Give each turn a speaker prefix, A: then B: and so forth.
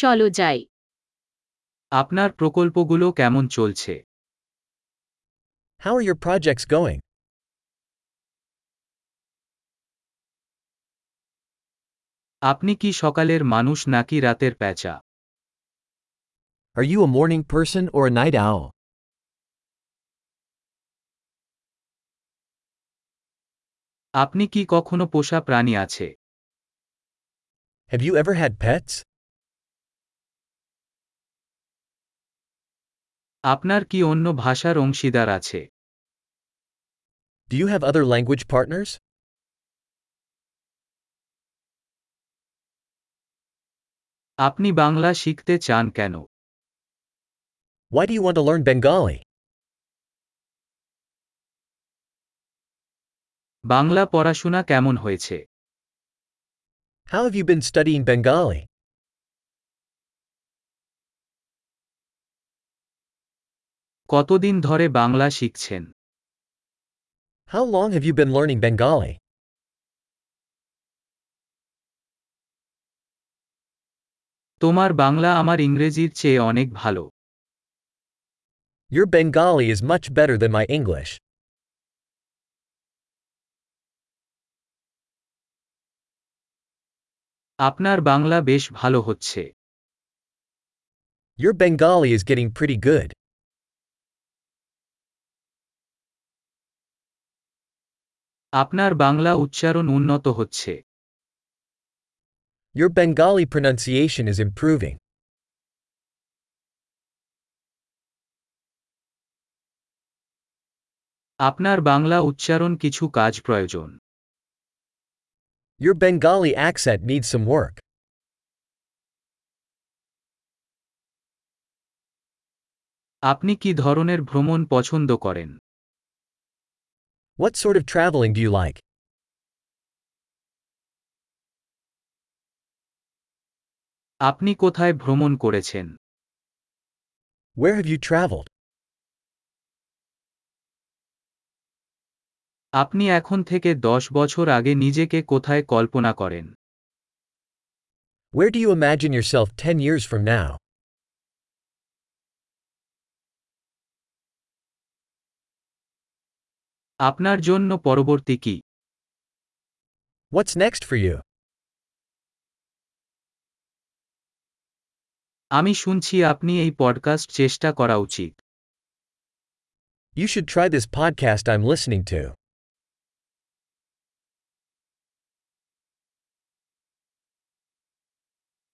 A: চলো যাই
B: আপনার প্রকল্পগুলো কেমন চলছে
C: How are your projects going?
B: আপনি কি সকালের মানুষ নাকি রাতের প্যাঁচা
C: Are you a morning person or a night owl?
B: আপনি কি কখনো পোষা প্রাণী আছে
C: Have you ever had pets?
B: আপনার কি অন্য ভাষার অংশীদার আছে
C: Do you have other language partners?
B: আপনি বাংলা শিখতে চান কেন
C: Why do you want to learn Bengali?
B: Bangla পড়াশোনা কেমন হয়েছে
C: How have you been studying Bengali?
B: কতদিন ধরে বাংলা শিখছেন
C: How long have you been learning Bengali?
B: তোমার বাংলা আমার ইংরেজির চেয়ে অনেক ভালো
C: Your Bengali is much better than my English.
B: আপনার বাংলা বেশ ভালো হচ্ছে
C: Your Bengali is getting pretty good.
B: আপনার বাংলা উচ্চারণ উন্নত হচ্ছে
C: Your Bengali pronunciation is improving.
B: আপনার বাংলা উচ্চারণ কিছু কাজ প্রয়োজন
C: Your Bengali accent needs some work.
B: আপনি কি ধরনের ভ্রমণ পছন্দ করেন
C: What sort of traveling do you like?
B: আপনি কোথায় ভ্রমণ করেছেন
C: Where have you traveled?
B: আপনি এখন থেকে দশ বছর আগে নিজেকে কোথায় কল্পনা করেন
C: Where do you imagine yourself 10 years from now?
B: আপনার জন্য পরবর্তী কি
C: What's next for you?
B: আমি শুনছি আপনি এই পডকাস্ট চেষ্টা করা উচিত
C: You should try this podcast I'm listening to.